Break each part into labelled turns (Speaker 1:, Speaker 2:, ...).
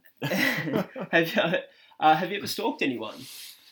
Speaker 1: have you uh, have you ever stalked anyone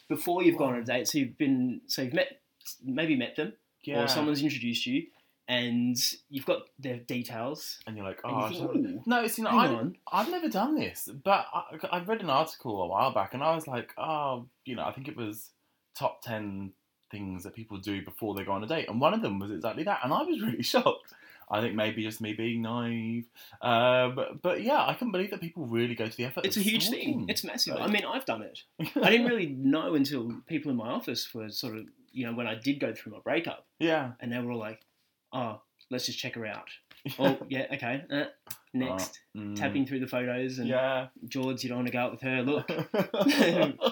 Speaker 1: before you've gone on a date? So you've been so you've met maybe met them
Speaker 2: yeah.
Speaker 1: or someone's introduced you and you've got their details.
Speaker 2: and you're like, oh,
Speaker 1: And you
Speaker 2: I
Speaker 1: think,
Speaker 2: should-
Speaker 1: "Ooh,
Speaker 2: no, see, no,
Speaker 1: hang
Speaker 2: I,
Speaker 1: on.
Speaker 2: I've never done this, but I, I read an article a while back, and I was like, oh, you know, I think it was top ten things that people do before they go on a date, and one of them was exactly that, and I was really shocked. I think maybe just me being naive, um, but yeah, I can believe that people really go to the effort.
Speaker 1: It's a
Speaker 2: of
Speaker 1: huge
Speaker 2: stalking.
Speaker 1: thing. It's massive. I
Speaker 2: Like-
Speaker 1: mean, I've done it. I didn't really know until people in my office were sort of, you know, when I did go through my breakup,
Speaker 2: yeah.
Speaker 1: and they were all like, "Oh, let's just check her out." Oh, yeah, okay. Uh, next,
Speaker 2: Mm.
Speaker 1: tapping through the photos and
Speaker 2: Yeah.
Speaker 1: George, you don't want to go out with her. Look,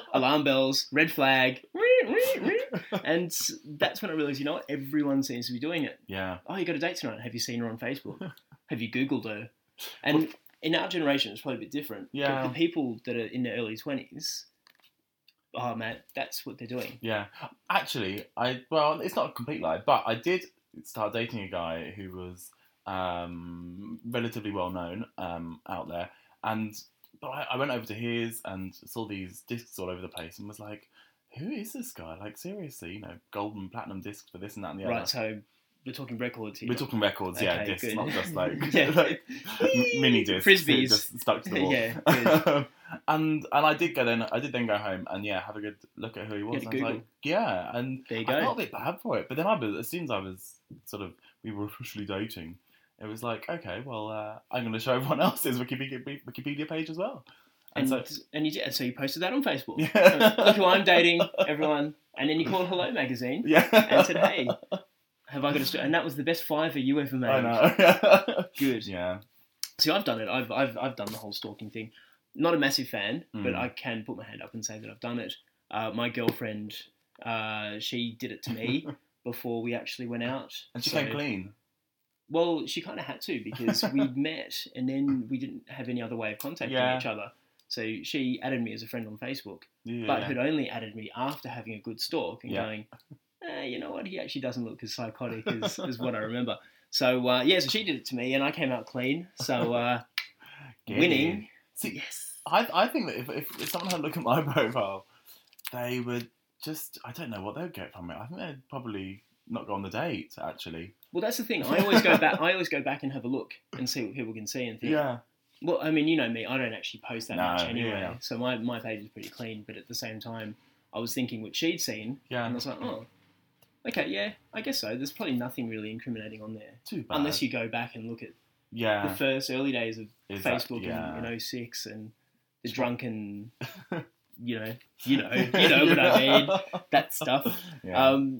Speaker 1: alarm bells, red flag, and that's when I realized, you know, what? everyone seems to be doing it.
Speaker 2: yeah.
Speaker 1: Oh, you got a date tonight? Have you seen her on Facebook? Have you Googled her? And in our generation, it's probably a bit different. but
Speaker 2: Yeah.
Speaker 1: the people that are in their early twenties, oh man, that's what they're doing.
Speaker 2: Yeah, actually, I well, it's not a complete lie, but I did start dating a guy who was um, relatively well known um, out there, and but I, I went over to his and saw these discs all over the place and was like, "Who is this guy? Like seriously, you know, golden platinum discs for this and that and the other."
Speaker 1: Right. So we're talking records here.
Speaker 2: We're talking records, yeah,
Speaker 1: Okay,
Speaker 2: discs,
Speaker 1: good.
Speaker 2: not just like,
Speaker 1: Yeah.
Speaker 2: like m- mini discs,
Speaker 1: Frisbees.
Speaker 2: just stuck to the wall.
Speaker 1: Yeah, good.
Speaker 2: and and I did go then. I did then go home and yeah, have a good look at who he was.
Speaker 1: had a
Speaker 2: and I was
Speaker 1: Google.
Speaker 2: like, yeah, and
Speaker 1: there you
Speaker 2: I
Speaker 1: go.
Speaker 2: felt a bit bad for it, but then I was as soon as I was sort of we were officially dating, it was like okay, well uh, I'm going to show everyone else's Wikipedia Wikipedia page as well,
Speaker 1: And
Speaker 2: and,
Speaker 1: and,
Speaker 2: so
Speaker 1: you did, so you posted that on Facebook.
Speaker 2: Yeah.
Speaker 1: Look who I'm dating, everyone. And then you called Hello Magazine
Speaker 2: yeah,
Speaker 1: and said, "Hey, have I got a story?" And that was the best fiver you ever made.
Speaker 2: I know,
Speaker 1: Good.
Speaker 2: yeah,
Speaker 1: See, I've done it. I've, I've, I've done the whole stalking thing. Not a massive fan, but
Speaker 2: Mm.
Speaker 1: I can put my hand up and say that I've done it. Uh, my girlfriend, uh, she did it to me before we actually went out.
Speaker 2: and she
Speaker 1: So-
Speaker 2: came clean,
Speaker 1: Well, she kind of had to because we'd met and then we didn't have any other way of contacting
Speaker 2: Yeah.
Speaker 1: each other. So she added me as a friend on Facebook,
Speaker 2: yeah,
Speaker 1: but had only added me after having a good stalk and
Speaker 2: Yeah.
Speaker 1: going, eh, you know what, he actually doesn't look as psychotic as, as what I remember. So, uh, yeah, so she did it to me and I came out clean. So, uh,
Speaker 2: Yeah.
Speaker 1: winning.
Speaker 2: See,
Speaker 1: Yes.
Speaker 2: I, I think that if, if, if someone had a look at my profile, they would just, I don't know what they would get from it. I think they'd probably not go on the date, actually.
Speaker 1: Well, that's the thing. I always go back. I always go back and have a look and see what people can see and think.
Speaker 2: Yeah.
Speaker 1: Well, I mean, you know me. I don't actually post that
Speaker 2: No,
Speaker 1: much anyway,
Speaker 2: yeah.
Speaker 1: so my my page is pretty clean. But at the same time, I was thinking what she'd seen,
Speaker 2: Yeah.
Speaker 1: and I was like, oh, okay, yeah, I guess so. There's probably nothing really incriminating on there,
Speaker 2: Too bad.
Speaker 1: unless you go back and look at the
Speaker 2: Yeah.
Speaker 1: first early days of
Speaker 2: is that-
Speaker 1: Facebook
Speaker 2: yeah.
Speaker 1: in, in 06 and the
Speaker 2: Sure.
Speaker 1: drunken, you know, you know, you know what I mean, that stuff.
Speaker 2: Yeah.
Speaker 1: Um,